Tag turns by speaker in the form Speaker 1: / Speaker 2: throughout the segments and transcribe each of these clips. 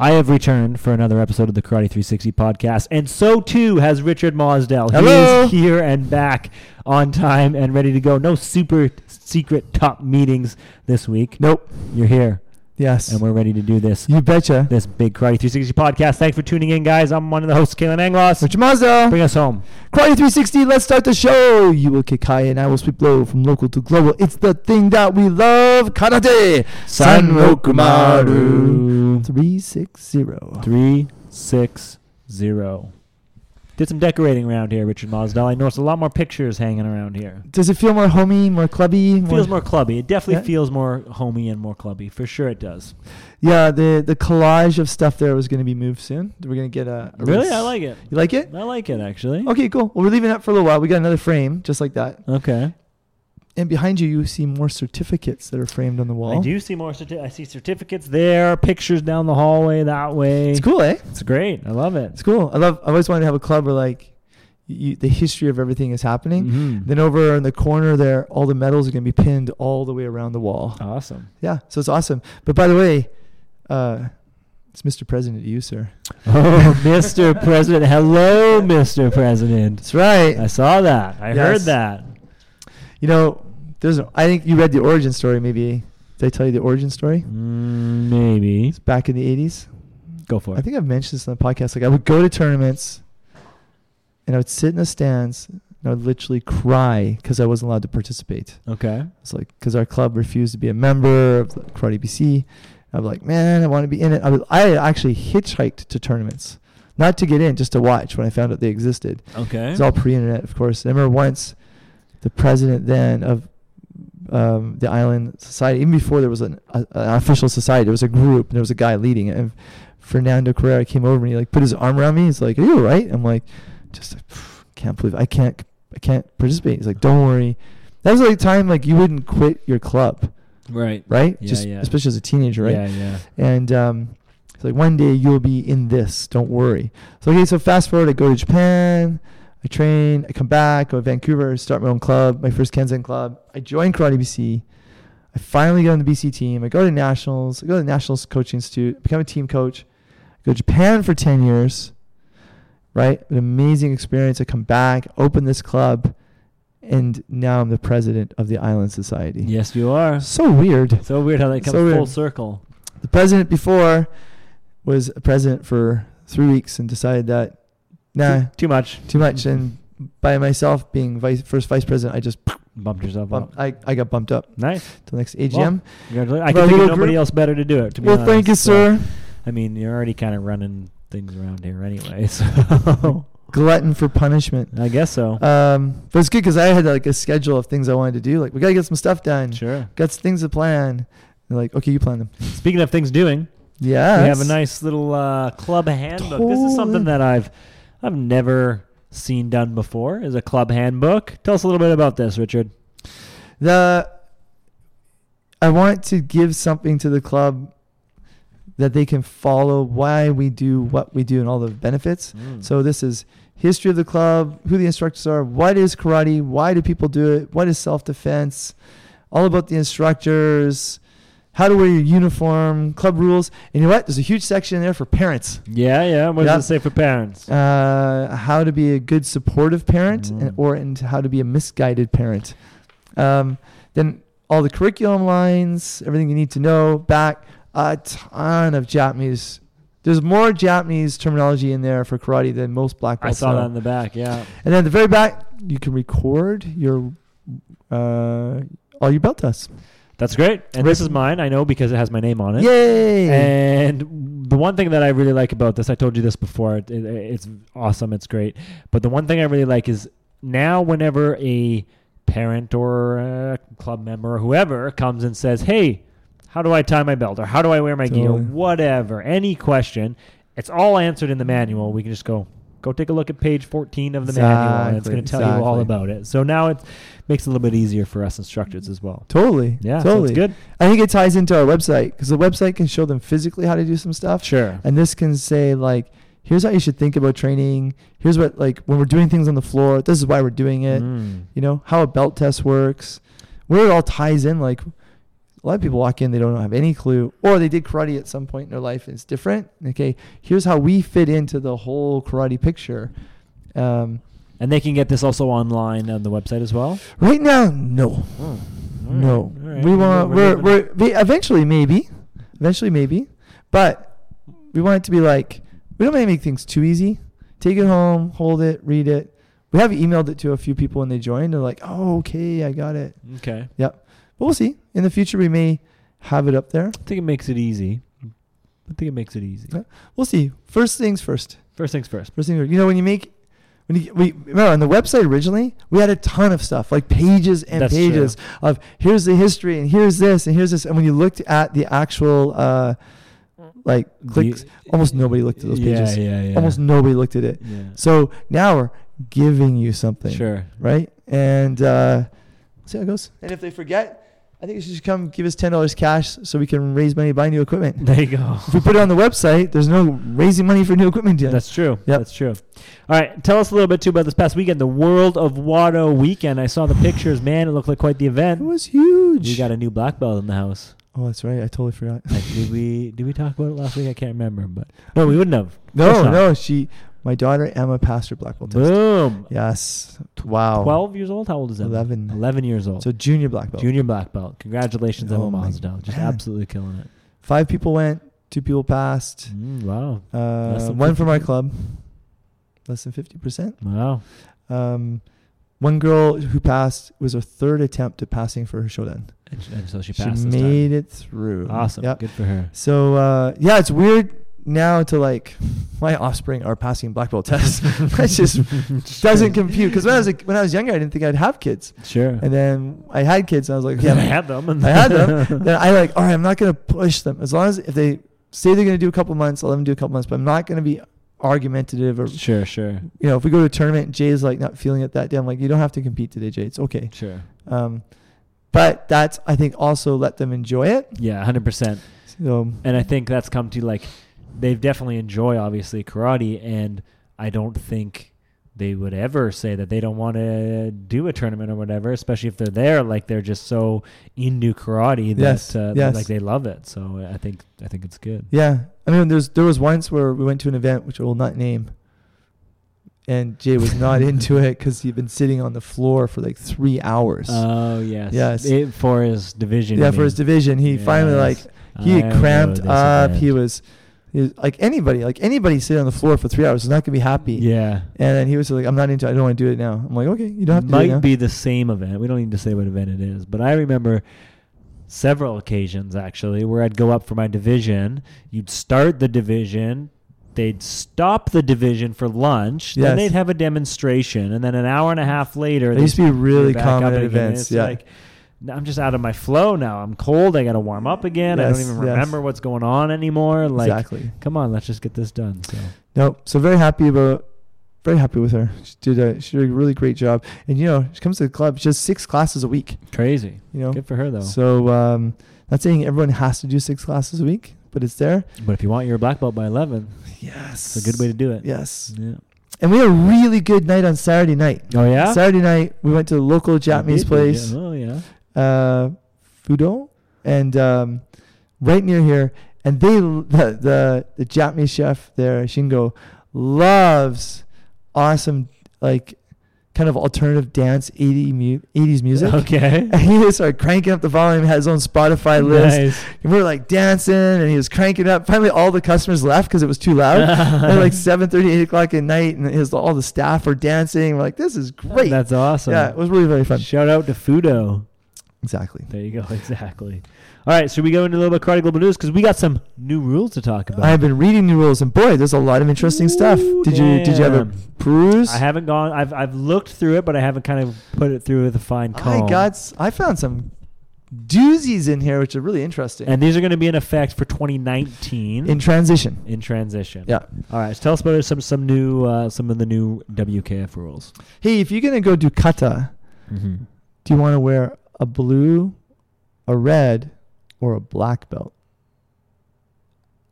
Speaker 1: I have returned for another episode of the Karate 360 podcast, and so too has Richard Mosdell.
Speaker 2: Hello.
Speaker 1: He is here and back on time and ready to go. No super secret top meetings this week.
Speaker 2: Nope.
Speaker 1: You're here,
Speaker 2: Yes.
Speaker 1: and we're ready to do this.
Speaker 2: you betcha.
Speaker 1: This big Karate 360 podcast. Thanks for tuning in, guys. I'm one of the hosts, Kalen Anglos.
Speaker 2: Richard Mazda.
Speaker 1: Bring us home.
Speaker 2: Karate 360, let's start the show. You will kick high and I will sweep low from local to global. It's the thing that we love. Karate. Sanrokumaru. 360.
Speaker 1: Three, six, zero. Did some decorating around here, Richard Mosdell. I noticed a lot more pictures hanging around here.
Speaker 2: Does it feel more homey, more clubby?
Speaker 1: It feels more clubby. It definitely
Speaker 2: Yeah.
Speaker 1: feels more homey and more clubby. For sure it does.
Speaker 2: Yeah, the, the collage of stuff there was going to be moved soon. We're going to get a. a
Speaker 1: Really?
Speaker 2: res-
Speaker 1: I like it.
Speaker 2: You like it?
Speaker 1: I like it, actually.
Speaker 2: Okay, cool. Well, we're leaving that for a little while. We got another frame just like that.
Speaker 1: Okay.
Speaker 2: And behind you, you see more certificates that are framed on the wall.
Speaker 1: I do see more. Certi- I see certificates there, pictures down the hallway that way.
Speaker 2: It's cool, eh?
Speaker 1: It's great. I love it.
Speaker 2: It's cool. I love. I always wanted to have a club where like you, the history of everything is happening.
Speaker 1: Mhm.
Speaker 2: Then over in the corner there, all the medals are gonna be pinned all the way around the wall.
Speaker 1: Oh. Awesome.
Speaker 2: Yeah, so it's awesome. But by the way, uh, it's Mr. President to you, sir.
Speaker 1: Oh, Mr. President. Hello, Mr. President.
Speaker 2: That's right.
Speaker 1: I saw that. I heard
Speaker 2: Yes.
Speaker 1: that.
Speaker 2: you know, there's. A, I think you read the origin story. Maybe did I tell you the origin story?
Speaker 1: Mm, maybe.
Speaker 2: It's back in the '80s.
Speaker 1: Go for it.
Speaker 2: I think I've mentioned this on the podcast. Like I would go to tournaments, and I would sit in the stands, and I would literally cry because I wasn't allowed to participate.
Speaker 1: Okay.
Speaker 2: It's like because our club refused to be a member of the Karate BC. I'm like, man, I want to be in it. I, was, I actually hitchhiked to tournaments, not to get in, just to watch when I found out they existed.
Speaker 1: Okay.
Speaker 2: It's all pre-internet, of course. I remember once the president then of um, the island society, even before there was an, a, an official society, there was a group and there was a guy leading it. And Fernando Carrera came over and he like put his arm around me. He's like, "Are you all right?" I'm like, "Just like, phew, can't believe I can't I can't participate." He's like, "Don't worry." That was like a time like you wouldn't quit your club,
Speaker 1: right.
Speaker 2: right?
Speaker 1: Yeah,
Speaker 2: Just
Speaker 1: yeah.
Speaker 2: especially as a teenager, right?
Speaker 1: Yeah, yeah.
Speaker 2: And um, he's like, one day you'll be in this. Don't worry. So okay, so fast forward, I go to Japan, I train, I come back, go to Vancouver, start my own club, my first Kenzen club. I join Karate BC. I finally get on the BC team. I go to nationals. I go to the nationals coaching institute. Become a team coach. I go to Japan for ten years. Right, an amazing experience. I come back, open this club, and now I'm the president of the Island Society.
Speaker 1: Yes, you are.
Speaker 2: so weird.
Speaker 1: So weird how that comes
Speaker 2: So
Speaker 1: full
Speaker 2: weird.
Speaker 1: circle.
Speaker 2: The president before was a president for three weeks and decided that nah,
Speaker 1: Too, too much.
Speaker 2: too much. And by myself being vice, first vice president, I just
Speaker 1: Bumped yourself
Speaker 2: bumped,
Speaker 1: up.
Speaker 2: I, I got bumped up
Speaker 1: Nice.
Speaker 2: to the next AGM.
Speaker 1: Congratulations. I
Speaker 2: Well,
Speaker 1: can think
Speaker 2: little
Speaker 1: of nobody
Speaker 2: group-
Speaker 1: else better to do it. To be
Speaker 2: Well,
Speaker 1: honest.
Speaker 2: thank you,
Speaker 1: So,
Speaker 2: sir.
Speaker 1: I mean, you're already kind of running things around here anyway, so
Speaker 2: Glutton for punishment.
Speaker 1: I guess so.
Speaker 2: Um, but it's good because I had like a schedule of things I wanted to do. Like we gotta get some stuff done.
Speaker 1: sure.
Speaker 2: Got some things to plan. And like okay, you plan them.
Speaker 1: Speaking of things doing,
Speaker 2: Yeah.
Speaker 1: we have a nice little uh, club handbook. This is something
Speaker 2: Totally.
Speaker 1: that I've I've never seen done before. Is a club handbook. Tell us a little bit about this, Richard.
Speaker 2: the I want to give something to the club that they can follow why we do what we do and all the benefits. So this is history of the club, who the instructors are, what is karate, why do people do it, what is self-defense, all about the instructors, how to wear your uniform, club rules. And you know what? There's a huge section in there for parents.
Speaker 1: yeah, yeah. What
Speaker 2: Yeah.
Speaker 1: does it say for parents?
Speaker 2: Uh, how to be a good supportive parent
Speaker 1: Mm.
Speaker 2: and, or and how to be a misguided parent. Um, then all the curriculum lines, everything you need to know, back a ton of Japanese. There's more Japanese terminology in there for karate than most black
Speaker 1: I
Speaker 2: belts.
Speaker 1: saw
Speaker 2: know.
Speaker 1: that in the back. Yeah.
Speaker 2: And then at the very back, you can record your uh, all your belt tests.
Speaker 1: That's great. And this is mine, I know, because it has my name on it.
Speaker 2: Yay!
Speaker 1: And the one thing that I really like about this, I told you this before, it, it, it's awesome, it's great. But the one thing I really like is now, whenever a parent or a club member or whoever comes and says, Hey, how do I tie my belt? Or how do I wear my gear?
Speaker 2: Totally.
Speaker 1: Whatever, any question, it's all answered in the manual. We can just go. Go take a look at page 14 of the manual, and it's
Speaker 2: Exactly,
Speaker 1: going to tell you all
Speaker 2: exactly.
Speaker 1: about it. So now it makes it a little bit easier for us
Speaker 2: Mm.
Speaker 1: instructors as well.
Speaker 2: totally.
Speaker 1: Yeah, so
Speaker 2: totally.
Speaker 1: it's good.
Speaker 2: I think it ties into our website because the website can show them physically how to do some stuff.
Speaker 1: Sure.
Speaker 2: and this can say like here's how you should think about training here's what like when we're doing things on the floor this is why we're doing it
Speaker 1: Mm.
Speaker 2: you know how a belt test works where it all ties in like A lot of people walk in, they don't have any clue, or they did karate at some point in their life and it's different. Okay, here's how we fit into the whole karate picture. Um,
Speaker 1: And they can get this also online on the website as well.
Speaker 2: right now, no,
Speaker 1: Oh, all right,
Speaker 2: no.
Speaker 1: all right.
Speaker 2: We want we're
Speaker 1: leaving-
Speaker 2: we're, we eventually maybe, eventually maybe, but we want it to be like we don't want to make things too easy. Take it home, hold it, read it. We have emailed it to a few people when they joined. They're like, "Oh, okay, I got it."
Speaker 1: okay.
Speaker 2: Yep. But we'll see. In the future, we may have it up there.
Speaker 1: I think it makes it easy. I think it makes it easy.
Speaker 2: Yeah. We'll see. First things first.
Speaker 1: First things first.
Speaker 2: First things. first. You know, when you make, when you we remember on the website originally, we had a ton of stuff like pages and
Speaker 1: That's true.
Speaker 2: pages of here's the history and here's this and here's this. And when you looked at the actual, uh, like
Speaker 1: The-
Speaker 2: clicks, almost nobody looked at those
Speaker 1: Yeah,
Speaker 2: pages.
Speaker 1: Yeah, yeah,
Speaker 2: Almost nobody looked at it.
Speaker 1: Yeah.
Speaker 2: So now we're giving you something,
Speaker 1: Sure.
Speaker 2: right? And uh, see how it goes. And if they forget, I think you should just come give us ten dollars cash so we can raise money to buy new equipment.
Speaker 1: There you go.
Speaker 2: If we put it on the website, there's no raising money for new equipment yet.
Speaker 1: That's true.
Speaker 2: Yep.
Speaker 1: That's true. All right. Tell us a little bit too about this past weekend, the World of Wado weekend. I saw the pictures, man. It looked like quite the
Speaker 2: it
Speaker 1: event.
Speaker 2: was huge.
Speaker 1: We got a new black belt in the house.
Speaker 2: oh, that's right. I totally forgot.
Speaker 1: Like, did we did we talk about it last week? I can't remember, but no, we wouldn't have. course
Speaker 2: no,
Speaker 1: not.
Speaker 2: no. She, my daughter Emma, passed her black belt test.
Speaker 1: Boom.
Speaker 2: Yes. T- Wow.
Speaker 1: Twelve years old. How old is that?
Speaker 2: 11.
Speaker 1: Eleven years old.
Speaker 2: So junior black belt.
Speaker 1: Junior black belt. Congratulations,
Speaker 2: Oh
Speaker 1: Emma
Speaker 2: my
Speaker 1: Mazda. Just
Speaker 2: man.
Speaker 1: absolutely killing it.
Speaker 2: Five people went. Two people passed.
Speaker 1: Mm, wow. Less
Speaker 2: Uh,
Speaker 1: than
Speaker 2: one from our
Speaker 1: 50%.
Speaker 2: club. Less than fifty percent.
Speaker 1: Wow.
Speaker 2: Um, one girl who passed was her third attempt at passing for her shodan.
Speaker 1: And, sh- and so she
Speaker 2: She,
Speaker 1: passed this
Speaker 2: made it through.
Speaker 1: time. Awesome.
Speaker 2: Yep.
Speaker 1: Good for her.
Speaker 2: So uh, yeah, it's weird now to like my offspring are passing black belt tests. that just doesn't compute. Because when I was like, when I was younger, I didn't think I'd have kids,
Speaker 1: Sure.
Speaker 2: and then I had kids, and I was like,
Speaker 1: yeah,
Speaker 2: yeah,
Speaker 1: I had them. And
Speaker 2: I had them. then I like, all right, I'm not gonna push them as long as if they say they're gonna do a couple months, I'll let them do a couple months, but I'm not gonna be argumentative or
Speaker 1: sure, sure,
Speaker 2: you know if we go to a tournament and jay's like not feeling it that day i'm like you don't have to compete today jay it's okay
Speaker 1: sure.
Speaker 2: um, but that's i think also let them enjoy it
Speaker 1: Yeah, hundred percent.
Speaker 2: so
Speaker 1: And I think that's come to like they've definitely enjoy obviously karate, and I don't think they would ever say that they don't want to do a tournament or whatever, especially if they're there. Like they're just so into karate that
Speaker 2: Yes,
Speaker 1: uh,
Speaker 2: yes.
Speaker 1: like they love it. So I think I think it's good.
Speaker 2: yeah i mean there's there was once where we went to an event which i will not name and jay was not into it because he'd been sitting on the floor for like three hours
Speaker 1: Oh yes,
Speaker 2: Yes.
Speaker 1: It- for his division.
Speaker 2: yeah
Speaker 1: you
Speaker 2: for his
Speaker 1: mean.
Speaker 2: division he finally like
Speaker 1: Yes.
Speaker 2: he
Speaker 1: I
Speaker 2: had cramped
Speaker 1: know this
Speaker 2: up he
Speaker 1: event.
Speaker 2: was, he was like anybody like anybody sitting on the floor for three hours is not gonna be happy
Speaker 1: Yeah.
Speaker 2: and then he was like i'm not into it i don't want to do it now i'm like okay you don't have to do it
Speaker 1: might
Speaker 2: now.
Speaker 1: be the same event. We don't need to say what event it is, but I remember several occasions actually where I'd go up for my division. You'd start the division. They'd stop the division for lunch. Then
Speaker 2: Yes.
Speaker 1: they'd have a demonstration, and then an hour and a half later,
Speaker 2: That used to be
Speaker 1: they'd
Speaker 2: really
Speaker 1: you're back up
Speaker 2: common
Speaker 1: again.
Speaker 2: at events,
Speaker 1: It's
Speaker 2: yeah.
Speaker 1: like, n- I'm just out of my flow now. I'm cold. I got to warm up again. I don't
Speaker 2: Yes,
Speaker 1: even
Speaker 2: yes.
Speaker 1: remember what's going on anymore. Like,
Speaker 2: exactly
Speaker 1: come on, let's just get this done. So,
Speaker 2: Nope. So very happy about, very happy with her. She did a she did a really great job. And you know, she comes to the club. She has six classes a week.
Speaker 1: crazy.
Speaker 2: You know,
Speaker 1: Good for her though.
Speaker 2: so um, not saying everyone has to do six classes a week, but it's there.
Speaker 1: but if you want your black belt by 11,
Speaker 2: Yes,
Speaker 1: it's a good way to do it.
Speaker 2: Yes.
Speaker 1: Yeah.
Speaker 2: And we had a really good night on Saturday night.
Speaker 1: Oh yeah.
Speaker 2: Saturday night we went to the local Japanese
Speaker 1: Did we?
Speaker 2: place,
Speaker 1: Oh yeah.
Speaker 2: uh, Fudo, and um, right near here. And they the, the the Japanese chef there Shingo loves awesome like kind of alternative dance 80 mu- 80s music.
Speaker 1: Okay.
Speaker 2: And he just started cranking up the volume, had his own Spotify list.
Speaker 1: Nice.
Speaker 2: And we were like dancing and he was cranking it up. Finally, all the customers left because it was too loud. at like 7 8 o'clock at night, and his, all the staff were dancing. We're like, this is great.
Speaker 1: That's awesome.
Speaker 2: yeah, it was really, really fun.
Speaker 1: Shout out to Fudo.
Speaker 2: Exactly.
Speaker 1: There you go. Exactly. All right. Should we go into a little bit of karate global news because we got some new rules to talk about.
Speaker 2: I've been reading new rules, and boy, there's a lot of interesting stuff.
Speaker 1: Ooh,
Speaker 2: Did you did you have a
Speaker 1: damn.
Speaker 2: peruse?
Speaker 1: I haven't gone. I've I've looked through it, but I haven't kind of put it through with a fine comb.
Speaker 2: I got s- I found some doozies in here, which are really interesting.
Speaker 1: And these are going to be in effect for 2019
Speaker 2: in transition,
Speaker 1: in transition.
Speaker 2: yeah.
Speaker 1: All right. So tell us about some some new uh, some of the new WKF rules.
Speaker 2: Hey, if you're gonna go do kata,
Speaker 1: Mm-hmm.
Speaker 2: do you want to wear a blue, a red, or a black belt?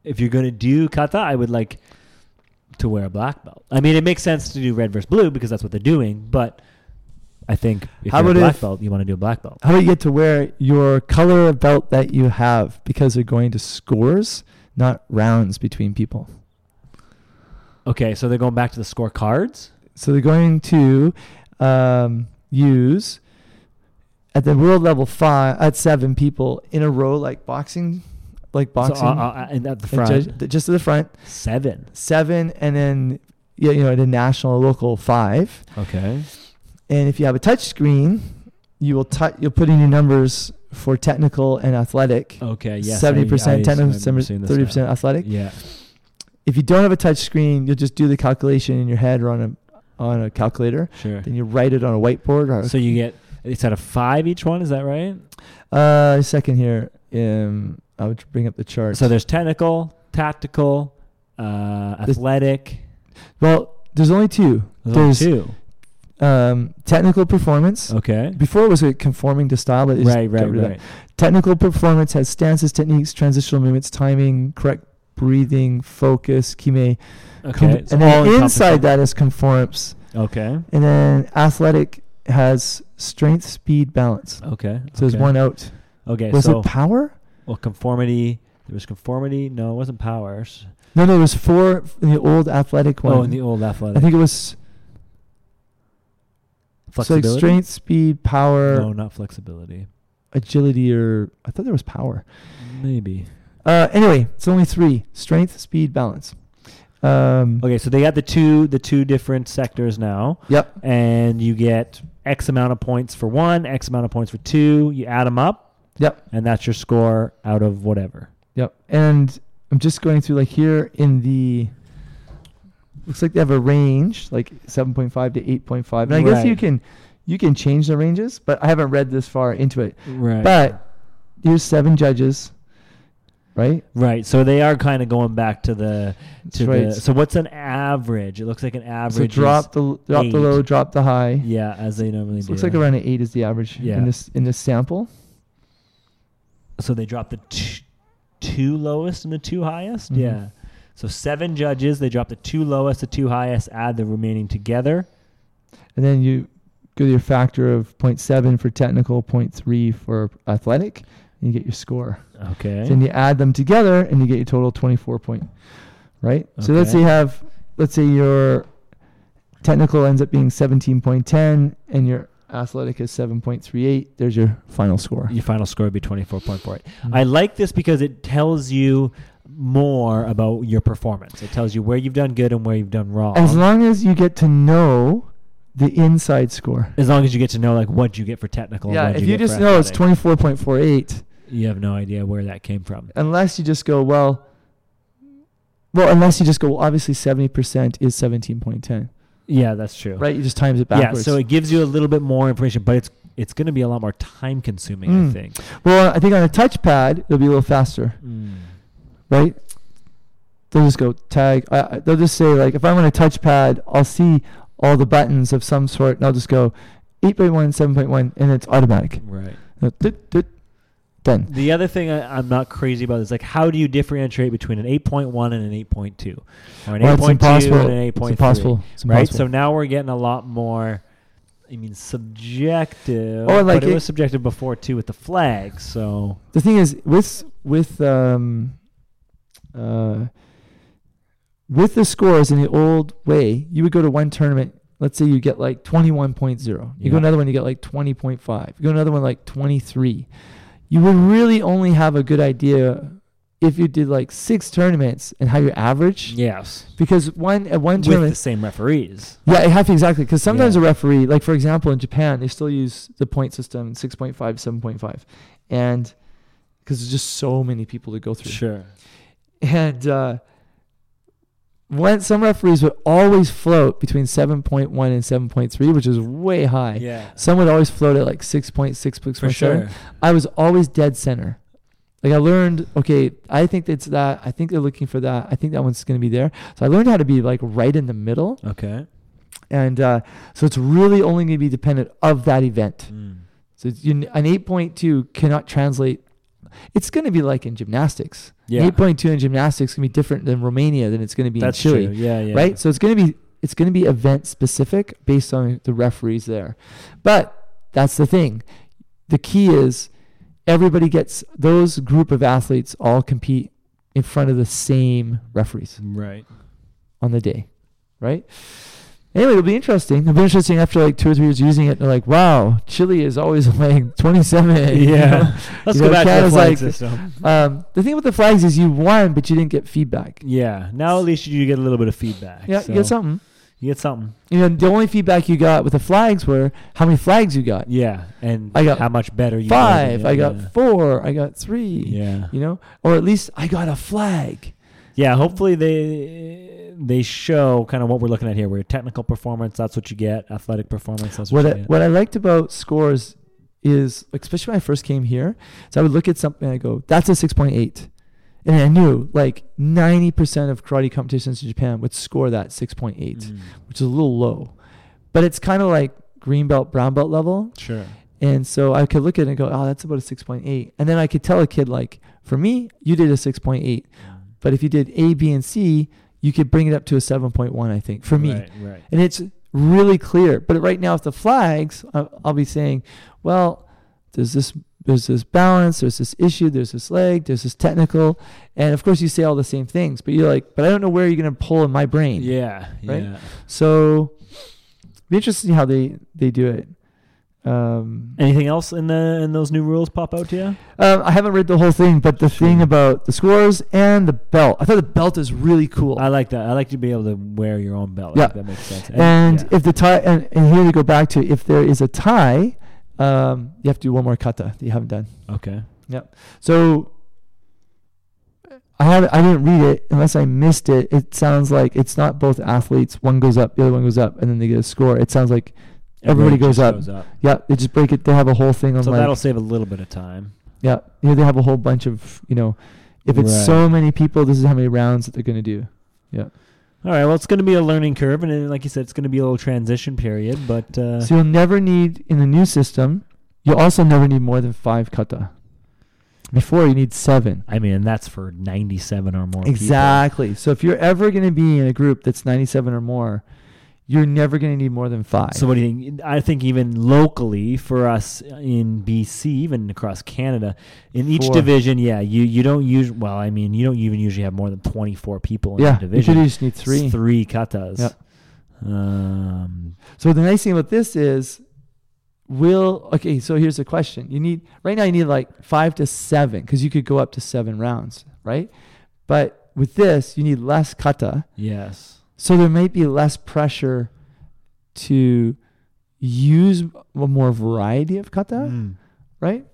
Speaker 1: if you're going to do kata, I would like to wear a black belt. I mean, it makes sense to do red versus blue because that's what they're doing, but I think if
Speaker 2: How
Speaker 1: you're a
Speaker 2: about
Speaker 1: black
Speaker 2: if-
Speaker 1: belt, you want to do a black belt.
Speaker 2: How do you get to wear your color of belt that you have because they're going to scores, not rounds between people.
Speaker 1: Okay, so they're going back to the scorecards.
Speaker 2: So they're going to um, use at the world level five at seven people in a row like boxing, like boxing.
Speaker 1: So, uh, uh, and at the
Speaker 2: and
Speaker 1: front,
Speaker 2: judge- just to the front
Speaker 1: seven.
Speaker 2: seven, and then yeah, you know at a national local five.
Speaker 1: Okay.
Speaker 2: And if you have a touch screen, you will tou you'll put in your numbers for technical and athletic.
Speaker 1: Okay. Yes. I-
Speaker 2: Seventy
Speaker 1: I-
Speaker 2: percent technical,
Speaker 1: I've seen this
Speaker 2: thirty percent
Speaker 1: now.
Speaker 2: athletic.
Speaker 1: Yeah.
Speaker 2: If you don't have a touch screen, you'll just do the calculation in your head or on a on a calculator.
Speaker 1: Sure.
Speaker 2: Then you write it on a whiteboard. Or,
Speaker 1: So you get it's out of five each one. Is that right?
Speaker 2: uh, second here, um, I would bring up the chart.
Speaker 1: So there's technical, tactical, uh, athletic.
Speaker 2: well, there's only two.
Speaker 1: There's,
Speaker 2: There's,
Speaker 1: only two.
Speaker 2: um, technical performance.
Speaker 1: Okay.
Speaker 2: Before it was a conforming to style, but they just
Speaker 1: Oh. Right.
Speaker 2: got
Speaker 1: Right.
Speaker 2: rid of that.
Speaker 1: Right.
Speaker 2: Technical performance has stances, techniques, transitional movements, timing, correct breathing, focus, kime. Com-
Speaker 1: Okay. so
Speaker 2: and
Speaker 1: all
Speaker 2: then
Speaker 1: encompassing.
Speaker 2: inside that is conforms.
Speaker 1: Okay.
Speaker 2: And then athletic has strength, speed, balance.
Speaker 1: Okay.
Speaker 2: So there's
Speaker 1: okay.
Speaker 2: one out.
Speaker 1: Okay.
Speaker 2: Was
Speaker 1: so
Speaker 2: it power?
Speaker 1: well, conformity. There was conformity. No, it wasn't powers.
Speaker 2: No, no, there was four in the old athletic one.
Speaker 1: Oh, in the old
Speaker 2: I
Speaker 1: athletic.
Speaker 2: think it was so like
Speaker 1: flexibility.
Speaker 2: strength, speed, power,
Speaker 1: no, not flexibility.
Speaker 2: agility, or I thought there was power.
Speaker 1: Maybe.
Speaker 2: Uh, anyway, it's only three: strength, speed, balance. Um,
Speaker 1: Okay, so they got the two the two different sectors now,
Speaker 2: Yep.
Speaker 1: and you get X amount of points for one, X amount of points for two. You add them up.
Speaker 2: Yep.
Speaker 1: And that's your score out of whatever.
Speaker 2: Yep. And I'm just going through like here in the looks like they have a range like 7.5 to 8.5. And I guess you
Speaker 1: Right.
Speaker 2: can you can change the ranges, but I haven't read this far into it.
Speaker 1: Right.
Speaker 2: But here's seven judges, right?
Speaker 1: right. So they are kind of going back to the to
Speaker 2: That's right.
Speaker 1: the. So what's an average? It looks like an average.
Speaker 2: So drop the drop the low,
Speaker 1: eight.
Speaker 2: drop the high.
Speaker 1: is- Yeah, as they normally
Speaker 2: So
Speaker 1: do.
Speaker 2: looks like around an eight is the average
Speaker 1: Yeah.
Speaker 2: in this in this sample.
Speaker 1: so they drop the t- two lowest and the two highest.
Speaker 2: Mhm.
Speaker 1: Yeah. So seven judges. They drop the two lowest, the two highest. Add the remaining together.
Speaker 2: And then you go to your factor of 0.7 for technical, 0.3 for athletic, and you get your score.
Speaker 1: Okay.
Speaker 2: Then you add them together and you get your total 24 point, right? So let's say
Speaker 1: Okay.
Speaker 2: you have, let's say your technical ends up being 17.10 and your athletic is 7.38. There's your final score.
Speaker 1: Your final score would be 24.48.
Speaker 2: Mm-hmm.
Speaker 1: I like this because it tells you more about your performance. It tells you where you've done good and where you've done wrong.
Speaker 2: As long as you get to know the inside score.
Speaker 1: As long as you get to know like what you get for technical.
Speaker 2: yeah,
Speaker 1: and what
Speaker 2: if
Speaker 1: you,
Speaker 2: you,
Speaker 1: get for
Speaker 2: just know it's
Speaker 1: athletic,
Speaker 2: 24.48,
Speaker 1: you have no idea where that came from.
Speaker 2: unless you just go, well, well, unless you just go, well, obviously 70% is 17.10,
Speaker 1: Yeah, that's true.
Speaker 2: right? You just times it
Speaker 1: Yeah,
Speaker 2: backwards.
Speaker 1: so it gives you a little bit more information, but it's it's going to be a lot more time consuming. I
Speaker 2: Mm.
Speaker 1: think.
Speaker 2: well, I think on a touchpad, it'll be a little faster.
Speaker 1: Mm.
Speaker 2: right? They'll just go tag. I, I- they'll just say like, if I'm on a touchpad, I'll see all the buttons of some sort, and I'll just go 8.1, 7.1, and it's automatic.
Speaker 1: Right.
Speaker 2: Uh, doot, doot, Done.
Speaker 1: The other thing I, I'm not crazy about is like, how do you differentiate between an 8.1 and an 8.2, or an
Speaker 2: Well, it's
Speaker 1: 8.2
Speaker 2: impossible.
Speaker 1: and an 8.3?
Speaker 2: It's impossible. It's
Speaker 1: right?
Speaker 2: impossible.
Speaker 1: So now we're getting a lot more. I mean, subjective.
Speaker 2: Or like
Speaker 1: but it,
Speaker 2: it-
Speaker 1: was subjective before too with the flag. So
Speaker 2: the thing is with with um uh with the scores in the old way you would go to one tournament let's say you get like 21.0 you go
Speaker 1: Yeah.
Speaker 2: another one you get like 20.5 you go another one like 23 you would really only have a good idea if you did like six tournaments and how you average
Speaker 1: yes,
Speaker 2: because one at one
Speaker 1: with the
Speaker 2: tournament
Speaker 1: same referees.
Speaker 2: yeah it have to exactly because sometimes
Speaker 1: Yeah.
Speaker 2: a referee like for example in japan they still use the point system 6.5 7.5 and because there's just so many people to go through
Speaker 1: Sure.
Speaker 2: and uh, when some referees would always float between 7.1 and 7.3 which is way high
Speaker 1: Yeah.
Speaker 2: some would always float at like 6.6 6.7
Speaker 1: For sure.
Speaker 2: i was always dead center like i learned okay i think it's that i think they're looking for that i think that one's going to be there so i learned how to be like right in the middle
Speaker 1: Okay.
Speaker 2: and uh, so it's really only going to be dependent of that event
Speaker 1: Mm.
Speaker 2: so it's, you, an 8.2 cannot translate. It's going to be like in gymnastics. An
Speaker 1: Yeah.
Speaker 2: 8.2 in gymnastics can be different than Romania than it's going to be
Speaker 1: That's
Speaker 2: in Chile,
Speaker 1: true. Yeah. Yeah.
Speaker 2: right? So it's going to be it's going to be event specific based on the referees there. But that's the thing. The key is everybody gets those group of athletes all compete in front of the same referees
Speaker 1: Right.
Speaker 2: on the day, right? Anyway, it'll be interesting. It'll be interesting after like two or three years using it. They're like, wow, Chile is always like 27. you know?
Speaker 1: Yeah. Let's
Speaker 2: You
Speaker 1: go back to the
Speaker 2: know, Canada's
Speaker 1: flag
Speaker 2: like-
Speaker 1: system.
Speaker 2: Um, the thing with the flags is you won, but you didn't get feedback.
Speaker 1: Yeah. Now at least you get a little bit of feedback.
Speaker 2: Yeah,
Speaker 1: so
Speaker 2: you get something.
Speaker 1: You get something.
Speaker 2: You know, the only feedback you got with the flags were how many flags you got.
Speaker 1: Yeah. And
Speaker 2: I got
Speaker 1: how much better you
Speaker 2: Five.
Speaker 1: know,
Speaker 2: I got
Speaker 1: yeah.
Speaker 2: four. I got three.
Speaker 1: Yeah.
Speaker 2: You know, or at least I got a flag.
Speaker 1: Yeah. Hopefully they they show kind of what we're looking at here. Where technical performance, that's what you get. Athletic performance, that's what,
Speaker 2: What
Speaker 1: you
Speaker 2: I,
Speaker 1: get.
Speaker 2: what I liked about scores is, like, especially when I first came here, so I would look at something and I go, "That's a 6.8," and I knew like 90% of karate competitions in Japan would score that 6.8,
Speaker 1: Mm,
Speaker 2: which is a little low, but it's kind of like green belt, brown belt level.
Speaker 1: sure.
Speaker 2: And so I could look at it and go, oh, that's about a 6.8. And then I could tell a kid, like, for me, you did a 6.8. But if you did A, B, and C, you could bring it up to a 7.1, I think, for me.
Speaker 1: Right. right.
Speaker 2: And it's really clear. But right now, with the flags, I- I'll be saying, well, there's this. There's this balance, there's this issue, there's this leg, there's this technical. And of course, you say all the same things, but you're like, but I don't know where you're going to pull in my brain.
Speaker 1: Yeah.
Speaker 2: Right?
Speaker 1: Yeah.
Speaker 2: So, be interesting how they, they do it. Um,
Speaker 1: Anything else in the in those new rules pop out to you?
Speaker 2: Um, I haven't read the whole thing, but the
Speaker 1: Sure.
Speaker 2: thing about the scores and the belt, I thought the belt is really cool.
Speaker 1: I like that. I like to be able to wear your own belt. I
Speaker 2: Yeah.
Speaker 1: think that makes sense.
Speaker 2: and
Speaker 1: yeah.
Speaker 2: if the tie, and, and here we go back to if there is a tie, um, you have to do one more kata that you haven't done.
Speaker 1: okay,
Speaker 2: So I haven't, I didn't read it unless I missed it. It sounds like it's not both athletes. One goes up, the other one goes up, and then they get a score. It sounds like Everybody goes
Speaker 1: just
Speaker 2: up. yeah, they just break it. They have a whole thing on
Speaker 1: So
Speaker 2: like
Speaker 1: that'll save a little bit of time.
Speaker 2: yeah. Here they have a whole bunch of you know, if it's
Speaker 1: Right.
Speaker 2: so many people, this is how many rounds that they're gonna do.
Speaker 1: All right. Well, it's going to be a learning curve, and then, like you said, it's going to be a little transition period. But uh,
Speaker 2: So you'll never need in the new system. You'll also never need more than five kata. Before you need seven.
Speaker 1: I mean, that's for ninety-seven or more. people.
Speaker 2: Exactly. So if you're ever going to be in a group that's 97 or more, you're never going to need more than five.
Speaker 1: So what do you think? I think even locally for us in BC, even across Canada, in each
Speaker 2: Four.
Speaker 1: division, yeah, you you don't use. Well, I mean, you don't even usually have more than twenty-four people in
Speaker 2: yeah,
Speaker 1: a
Speaker 2: you
Speaker 1: division.
Speaker 2: could just need three.
Speaker 1: three katas.
Speaker 2: Yeah.
Speaker 1: Um,
Speaker 2: So the nice thing about this is, will okay. So here's the question: You need right now. You need like five to seven because you could go up to seven rounds, right? But with this, you need less kata.
Speaker 1: yes.
Speaker 2: So there might be less pressure to use a more variety of kata,
Speaker 1: Mm.
Speaker 2: right?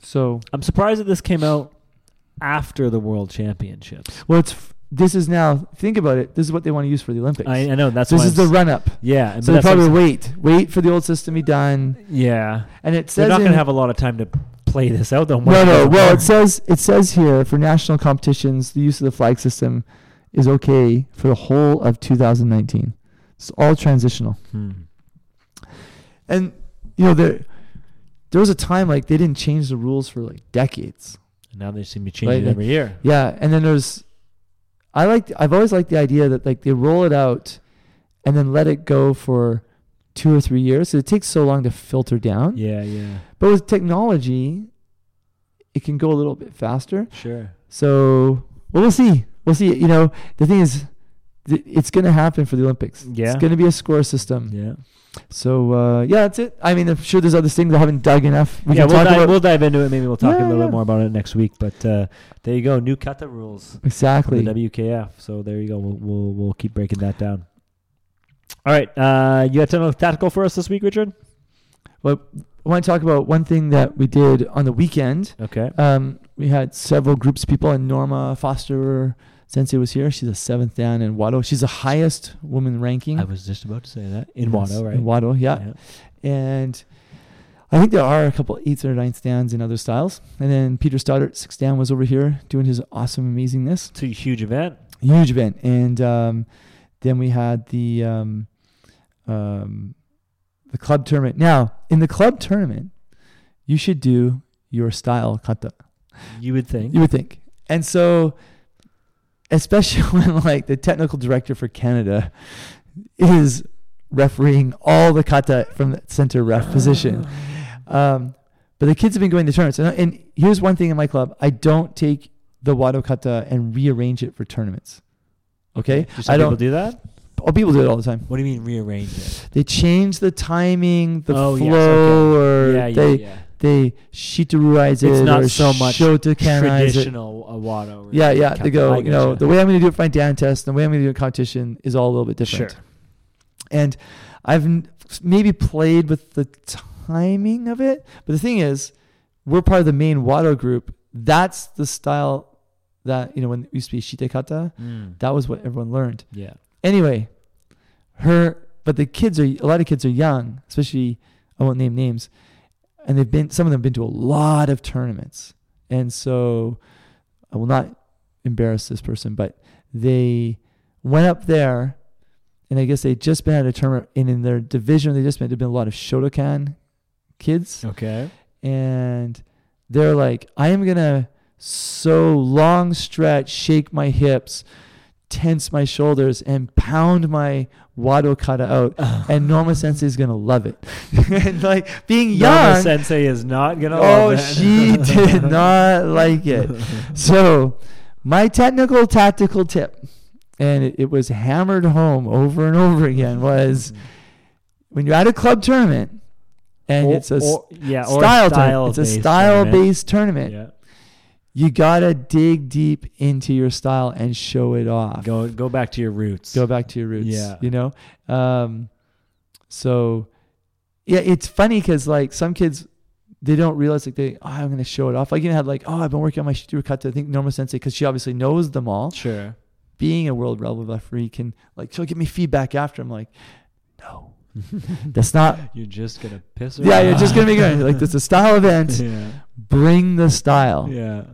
Speaker 2: So,
Speaker 1: I'm surprised that this came out after the World Championships.
Speaker 2: well, it's f- this is now. Think about it. This is what they want to use for the Olympics.
Speaker 1: I, I know that's
Speaker 2: this
Speaker 1: why
Speaker 2: is
Speaker 1: I'm
Speaker 2: the
Speaker 1: s-
Speaker 2: run up.
Speaker 1: yeah. but
Speaker 2: So they
Speaker 1: that's what I'm
Speaker 2: probably
Speaker 1: s-
Speaker 2: wait, wait for the old system to be done.
Speaker 1: yeah.
Speaker 2: And it
Speaker 1: They're
Speaker 2: says
Speaker 1: not going
Speaker 2: in-
Speaker 1: to have a lot of time to play this out though.
Speaker 2: no, no. Well, it says it says here for national competitions, the use of the flag system is okay for the whole of 2019. It's all transitional.
Speaker 1: Hmm.
Speaker 2: And you know there there was a time like they didn't change the rules for like decades.
Speaker 1: Now they seem to change it
Speaker 2: Right,
Speaker 1: every year.
Speaker 2: Yeah, and then there's I like I've always liked the idea that like they roll it out and then let it go for two or three years. It takes so long to filter down.
Speaker 1: Yeah, yeah,
Speaker 2: But with technology, it can go a little bit faster.
Speaker 1: sure.
Speaker 2: So well, we'll see. We'll see. You know, the thing is, th- it's going to happen for the Olympics.
Speaker 1: Yeah.
Speaker 2: it's going to be a score system.
Speaker 1: Yeah,
Speaker 2: So uh, yeah, that's it. I mean, I'm sure there's other things I haven't dug enough. We
Speaker 1: yeah.
Speaker 2: can
Speaker 1: We'll
Speaker 2: talk
Speaker 1: dive,
Speaker 2: about
Speaker 1: we'll dive into it. Maybe we'll talk a
Speaker 2: Yeah,
Speaker 1: little
Speaker 2: yeah.
Speaker 1: bit more about it next week. But uh, there you go, new kata rules for
Speaker 2: exactly.
Speaker 1: the WKF. So there you go. We'll we'll, we'll keep breaking that down. All right, uh, you got something tactical for us this week, Richard?
Speaker 2: I want to talk about one thing that we did on the weekend.
Speaker 1: Okay.
Speaker 2: Um, we had several groups of people, and Norma Foster Sensei was here. She's a seventh dan in Wado. She's the highest woman ranking
Speaker 1: I was just about to say that in
Speaker 2: Yes,
Speaker 1: Wano, right?
Speaker 2: In Wado, yeah.
Speaker 1: Yeah.
Speaker 2: And I think there are a couple eights or ninth stands in other styles. And then Peter Stoddart, sixth dan, was over here doing his awesome amazingness.
Speaker 1: It's a huge event.
Speaker 2: Huge event. And um, then we had the um, um, the club tournament. Now, in the club tournament, you should do your style kata.
Speaker 1: You would think.
Speaker 2: You would think. And so, especially when like the technical director for Canada is refereeing all the kata from the center ref position. Um, but the kids have been going to tournaments. And, and here's one thing in my club I don't take the Wado kata and rearrange it for tournaments. Okay?
Speaker 1: Do some
Speaker 2: I
Speaker 1: people
Speaker 2: don't.
Speaker 1: do that?
Speaker 2: Oh, people do it all the time.
Speaker 1: What do you mean rearrange it?
Speaker 2: They change the timing, the
Speaker 1: Oh,
Speaker 2: flow,
Speaker 1: yes, okay.
Speaker 2: or
Speaker 1: yeah, yeah,
Speaker 2: they
Speaker 1: yeah.
Speaker 2: they shitaruize it.
Speaker 1: It's not
Speaker 2: or
Speaker 1: so much
Speaker 2: shotakanize it.
Speaker 1: Traditional Awado. or
Speaker 2: Yeah, yeah.
Speaker 1: Kata.
Speaker 2: They go,
Speaker 1: I
Speaker 2: you know,
Speaker 1: gotcha.
Speaker 2: the way I'm going to do it for my Dan test, and the way I'm going to do it in competition is all a little bit different.
Speaker 1: Sure.
Speaker 2: And I've n- maybe played with the timing of it, but the thing is, we're part of the main Wado group. That's the style that, you know, when it used to be Shitekata,
Speaker 1: Mm.
Speaker 2: that was what everyone learned.
Speaker 1: Yeah.
Speaker 2: Anyway, her, but the kids are, a lot of kids are young, especially, I won't name names, and they've been, some of them have been to a lot of tournaments. And so I will not embarrass this person, but they went up there and I guess they'd just been at a tournament and in their division they just been there'd been a lot of Shotokan kids.
Speaker 1: Okay.
Speaker 2: And they're like, I am gonna so long stretch, shake my hips, tense my shoulders, and pound my wado kata out. and Norma Sensei's gonna love it. and like being
Speaker 1: Norma
Speaker 2: young,
Speaker 1: Sensei is not gonna.
Speaker 2: oh,
Speaker 1: love that.
Speaker 2: she did not like it. So, my technical tactical tip, and it, it was hammered home over and over again, was when you're at a club tournament and
Speaker 1: Or-
Speaker 2: it's a s-
Speaker 1: or- yeah, or
Speaker 2: style, tournament, it's a
Speaker 1: style-based
Speaker 2: style based
Speaker 1: tournament.
Speaker 2: tournament, you gotta dig deep into your style and show it
Speaker 1: Yeah.
Speaker 2: off.
Speaker 1: Go go back to your roots.
Speaker 2: Go back to your roots.
Speaker 1: Yeah.
Speaker 2: You know? Um, so, yeah, it's funny because, like, some kids, they don't realize, like, they, oh, I'm going to show it off. Like, you had, like, oh, I've been working on my Shiduru Kata. I think Norma Sensei, because she obviously knows them all.
Speaker 1: Sure.
Speaker 2: Being a world level referee can, like, she'll give me feedback after. I'm like, no, that's not.
Speaker 1: You're just gonna piss her.
Speaker 2: Yeah, you're just going to be
Speaker 1: off.
Speaker 2: going, like, Oh. this is a style event.
Speaker 1: Yeah.
Speaker 2: Bring the style.
Speaker 1: Yeah.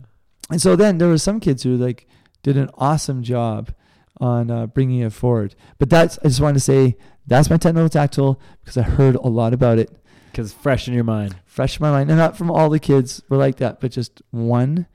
Speaker 2: And so then there were some kids who like did an awesome job on uh, bringing it forward. But that's I just wanted to say that's my technical tactile because I heard a lot about it,
Speaker 1: Because fresh in your mind.
Speaker 2: fresh in my mind, and not from all the kids were like that, but just one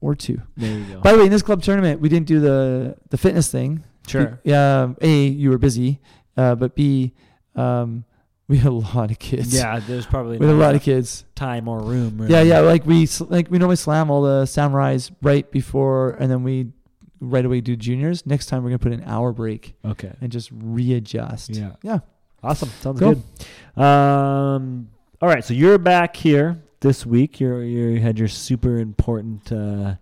Speaker 2: or two.
Speaker 1: There you go.
Speaker 2: By the way, in this club tournament, we didn't do the the fitness thing.
Speaker 1: sure.
Speaker 2: Yeah. A, you were busy, uh, but B, um, we had a lot of kids.
Speaker 1: Yeah. There's probably
Speaker 2: We had a
Speaker 1: not
Speaker 2: lot of
Speaker 1: enough
Speaker 2: kids.
Speaker 1: time or room. Really.
Speaker 2: Yeah, yeah. Like we s- like we normally slam all the samurais right before, and then we right away do juniors. Next time we're gonna put an hour break
Speaker 1: Okay.
Speaker 2: and just readjust.
Speaker 1: Yeah.
Speaker 2: Yeah.
Speaker 1: Awesome. Sounds
Speaker 2: Cool.
Speaker 1: good. Um, all right. So you're back here this week. You're, you had your super important uh,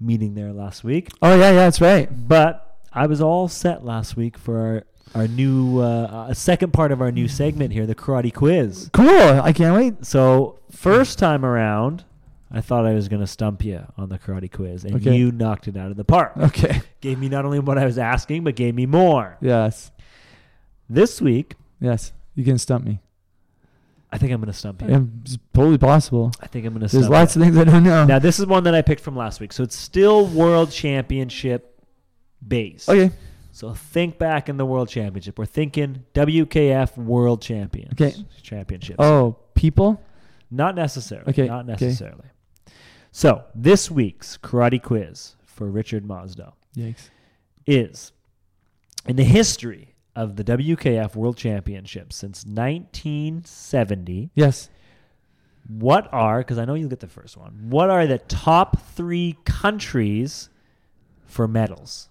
Speaker 1: meeting there last week.
Speaker 2: Oh yeah, yeah. That's right.
Speaker 1: But I was all set last week for our, our new, uh, uh, second part of our new segment here, the karate quiz.
Speaker 2: Cool. I can't wait.
Speaker 1: So, first time around, I thought I was going to stump you on the karate quiz, and
Speaker 2: Okay.
Speaker 1: you knocked it out of the park.
Speaker 2: Okay.
Speaker 1: Gave me not only what I was asking, but gave me more.
Speaker 2: Yes.
Speaker 1: This week,
Speaker 2: Yes. You can stump me.
Speaker 1: I think I'm going to stump you.
Speaker 2: It's totally possible.
Speaker 1: I think I'm going to stump
Speaker 2: There's lots of things I don't know.
Speaker 1: Now this is one that I picked from last week, so it's still World Championship based.
Speaker 2: okay.
Speaker 1: So think back in the World Championship. We're thinking WKF World Champions.
Speaker 2: Okay.
Speaker 1: Championships.
Speaker 2: Oh, people.
Speaker 1: Not necessarily.
Speaker 2: Okay,
Speaker 1: Not
Speaker 2: okay.
Speaker 1: necessarily. So this week's karate quiz for Richard Mosdell
Speaker 2: Yikes.
Speaker 1: is in the history of the WKF World Championships since 1970.
Speaker 2: Yes.
Speaker 1: What are, because I know you'll get the first one, what are the top three countries for medals?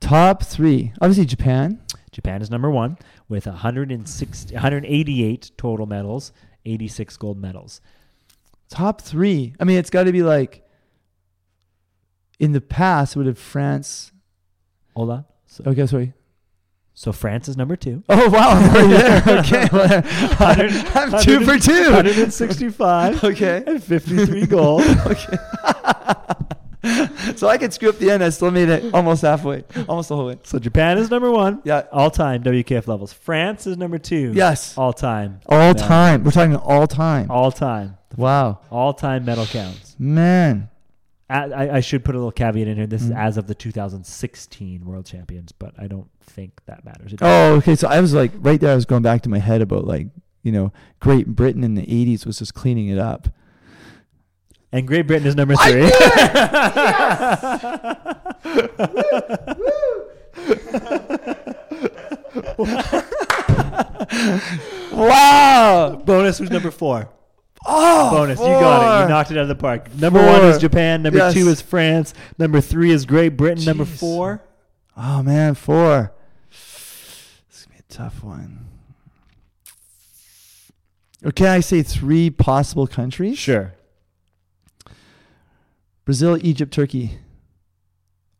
Speaker 2: Top three. Obviously Japan.
Speaker 1: Japan is number one with 160, 188 total medals, 86 gold medals.
Speaker 2: Top three. I mean, it's got to be like. In the past, would have France.
Speaker 1: Hola. So,
Speaker 2: Okay, sorry.
Speaker 1: so France is number two.
Speaker 2: Oh wow, I'm already there. Okay, well,
Speaker 1: Hundred-
Speaker 2: I'm two for
Speaker 1: hundred-
Speaker 2: two.
Speaker 1: 165
Speaker 2: Okay.
Speaker 1: and 53 gold.
Speaker 2: So I could screw up the end. I still made it almost halfway, almost the whole way.
Speaker 1: so Japan is number one.
Speaker 2: Yeah.
Speaker 1: All time WKF levels. France is number two.
Speaker 2: Yes.
Speaker 1: All time.
Speaker 2: All
Speaker 1: Yeah.
Speaker 2: time. We're talking all time.
Speaker 1: All time.
Speaker 2: Wow,
Speaker 1: All time medal counts.
Speaker 2: man.
Speaker 1: At, I, I should put a little caveat in here. This is
Speaker 2: Mm.
Speaker 1: as of the 2016 World Champions, but I don't think that matters. It-
Speaker 2: Oh, okay. So I was like right there. I was going back to my head about like you know Great Britain in the '80s was just cleaning it up.
Speaker 1: And Great Britain is number three. bonus was number four.
Speaker 2: Oh,
Speaker 1: bonus. You got it.
Speaker 2: four.
Speaker 1: You knocked it out of the park. Number one
Speaker 2: Four.
Speaker 1: is Japan. Number
Speaker 2: Yes.
Speaker 1: two is France. Number three is Great Britain. Number
Speaker 2: Jeez.
Speaker 1: four.
Speaker 2: Oh man, four. This is gonna be a tough one. Or can I say three possible countries?
Speaker 1: Sure.
Speaker 2: Brazil, Egypt, Turkey.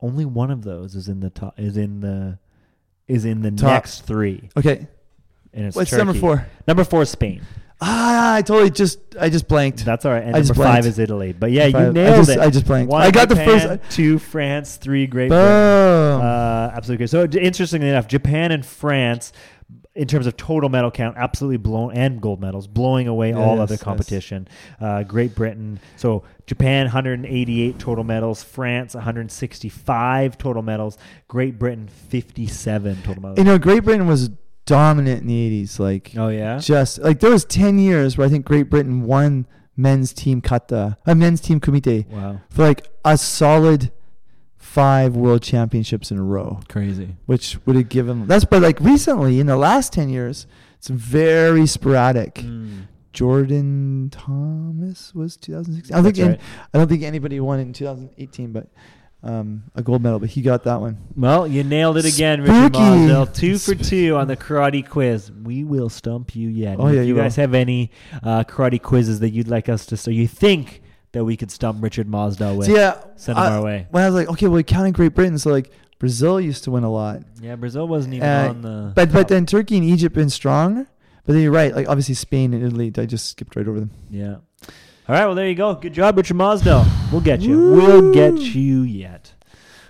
Speaker 1: Only one of those is in the top. Is in the is in the
Speaker 2: Top.
Speaker 1: next three,
Speaker 2: Okay,
Speaker 1: and it's
Speaker 2: what's
Speaker 1: Turkey.
Speaker 2: number four?
Speaker 1: Number four is Spain.
Speaker 2: Ah, I totally just I just blanked.
Speaker 1: That's all right. And
Speaker 2: I just
Speaker 1: number five
Speaker 2: blanked.
Speaker 1: is Italy. But yeah,
Speaker 2: Five.
Speaker 1: you
Speaker 2: I
Speaker 1: nailed
Speaker 2: just-
Speaker 1: it.
Speaker 2: I just blanked.
Speaker 1: One
Speaker 2: I got the
Speaker 1: Japan,
Speaker 2: first-
Speaker 1: Two France. Three Great
Speaker 2: Boom.
Speaker 1: Britain. Uh, absolutely. So d- interestingly enough, Japan and France, in terms of total medal count, absolutely blown and gold medals, blowing away all
Speaker 2: Yes,
Speaker 1: other
Speaker 2: yes.
Speaker 1: competition. Uh, Great Britain. So Japan 188 total medals, France 165 total medals, Great Britain 57 total medals.
Speaker 2: you know, Great Britain was dominant in the eighties. Like
Speaker 1: oh yeah.
Speaker 2: just like there was ten years where I think Great Britain won men's team kata, a men's team kumite
Speaker 1: Wow.
Speaker 2: for like a solid five world championships in a row.
Speaker 1: Crazy.
Speaker 2: which would have given that's but like recently in the last 10 years it's very sporadic
Speaker 1: Hmm.
Speaker 2: jordan thomas was 2016 i don't think
Speaker 1: That's
Speaker 2: and i don't think anybody won in 2018 but um, a gold medal but he got that one
Speaker 1: Well, you nailed it again, Richard
Speaker 2: Spooky.
Speaker 1: Mosdell. Two for
Speaker 2: Spook-
Speaker 1: two on the karate quiz. We will stump you yet.
Speaker 2: Oh,
Speaker 1: if
Speaker 2: yeah,
Speaker 1: you
Speaker 2: you
Speaker 1: guys have any uh, karate quizzes that you'd like us to, so you think that we could stump Richard Mosdell with,
Speaker 2: so yeah
Speaker 1: send them
Speaker 2: I-
Speaker 1: our way.
Speaker 2: when i was like okay well counting great britain so like brazil used to win a lot
Speaker 1: Yeah, Brazil wasn't even
Speaker 2: Uh,
Speaker 1: on the.
Speaker 2: but but
Speaker 1: top.
Speaker 2: then turkey and egypt been strong but then you're right like obviously spain and italy i just skipped right over them
Speaker 1: yeah. All right. Well, there you go. Good job, Richard Mosdell. We'll get you. we'll get you yet.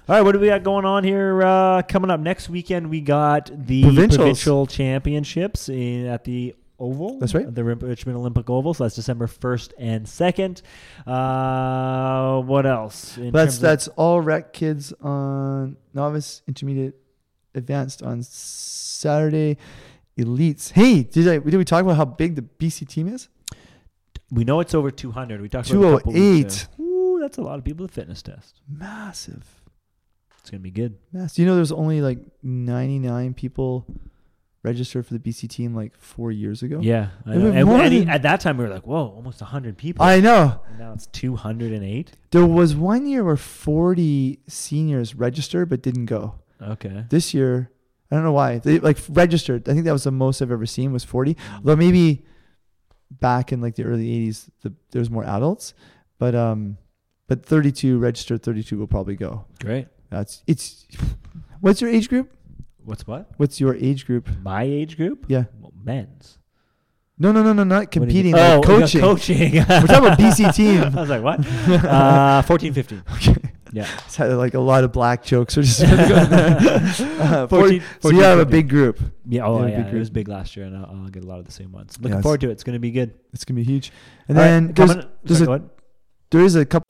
Speaker 1: All right, what do we got going on here? Uh, coming up next weekend, we got the
Speaker 2: Provincials.
Speaker 1: provincial championships in, at the Oval.
Speaker 2: That's right.
Speaker 1: the Rim- Richmond Olympic Oval. So that's December first and second. Uh, what else? in terms
Speaker 2: That's
Speaker 1: of-
Speaker 2: that's all rec kids on novice, intermediate, advanced on Saturday. Elites. Hey, did I did we talk about how big the BC team is?
Speaker 1: we know it's over two hundred. We talked
Speaker 2: Two
Speaker 1: about it a
Speaker 2: oh
Speaker 1: couple weeks
Speaker 2: eight.
Speaker 1: ago. Ooh, that's a lot of people at fitness test.
Speaker 2: Massive.
Speaker 1: It's gonna be good.
Speaker 2: Massive. You know there's only like ninety nine people registered for the BC team like four years ago?
Speaker 1: Yeah, I
Speaker 2: It'll
Speaker 1: know.
Speaker 2: be
Speaker 1: And,
Speaker 2: more
Speaker 1: and he-
Speaker 2: than-
Speaker 1: at that time we were like, whoa, almost hundred people.
Speaker 2: I know.
Speaker 1: and now it's two hundred and eight.
Speaker 2: There was one year where forty seniors registered but didn't go.
Speaker 1: Okay.
Speaker 2: This year, I don't know why. They like registered. I think that was the most I've ever seen was forty.
Speaker 1: Mm.
Speaker 2: Although maybe back in like the early '80s, the, there was more adults, but um, but 32 registered 32 will probably go.
Speaker 1: Great.
Speaker 2: That's it's. What's your age group?
Speaker 1: What's what?
Speaker 2: What's your age group?
Speaker 1: My age group?
Speaker 2: Yeah.
Speaker 1: Well, men's.
Speaker 2: No, no, no, no, not
Speaker 1: What do you
Speaker 2: competing.
Speaker 1: mean?
Speaker 2: like
Speaker 1: oh,
Speaker 2: coaching.
Speaker 1: yeah, coaching. We're
Speaker 2: talking about BC team.
Speaker 1: I was like, what? Uh, 14, 15.
Speaker 2: Okay.
Speaker 1: Yeah.
Speaker 2: It's had, like a lot of black jokes. Or just uh, 40,
Speaker 1: 14,
Speaker 2: so you have a
Speaker 1: 14.
Speaker 2: big group.
Speaker 1: Yeah. Oh,
Speaker 2: Yeah,
Speaker 1: yeah.
Speaker 2: big
Speaker 1: It
Speaker 2: group.
Speaker 1: was big last year, and I'll, I'll get a lot of the same ones. Looking
Speaker 2: Yes.
Speaker 1: forward to it. It's going to be good.
Speaker 2: It's gonna be huge. And
Speaker 1: All right,
Speaker 2: then there's,
Speaker 1: coming-
Speaker 2: there's
Speaker 1: sorry,
Speaker 2: a-
Speaker 1: go ahead.
Speaker 2: there is a couple.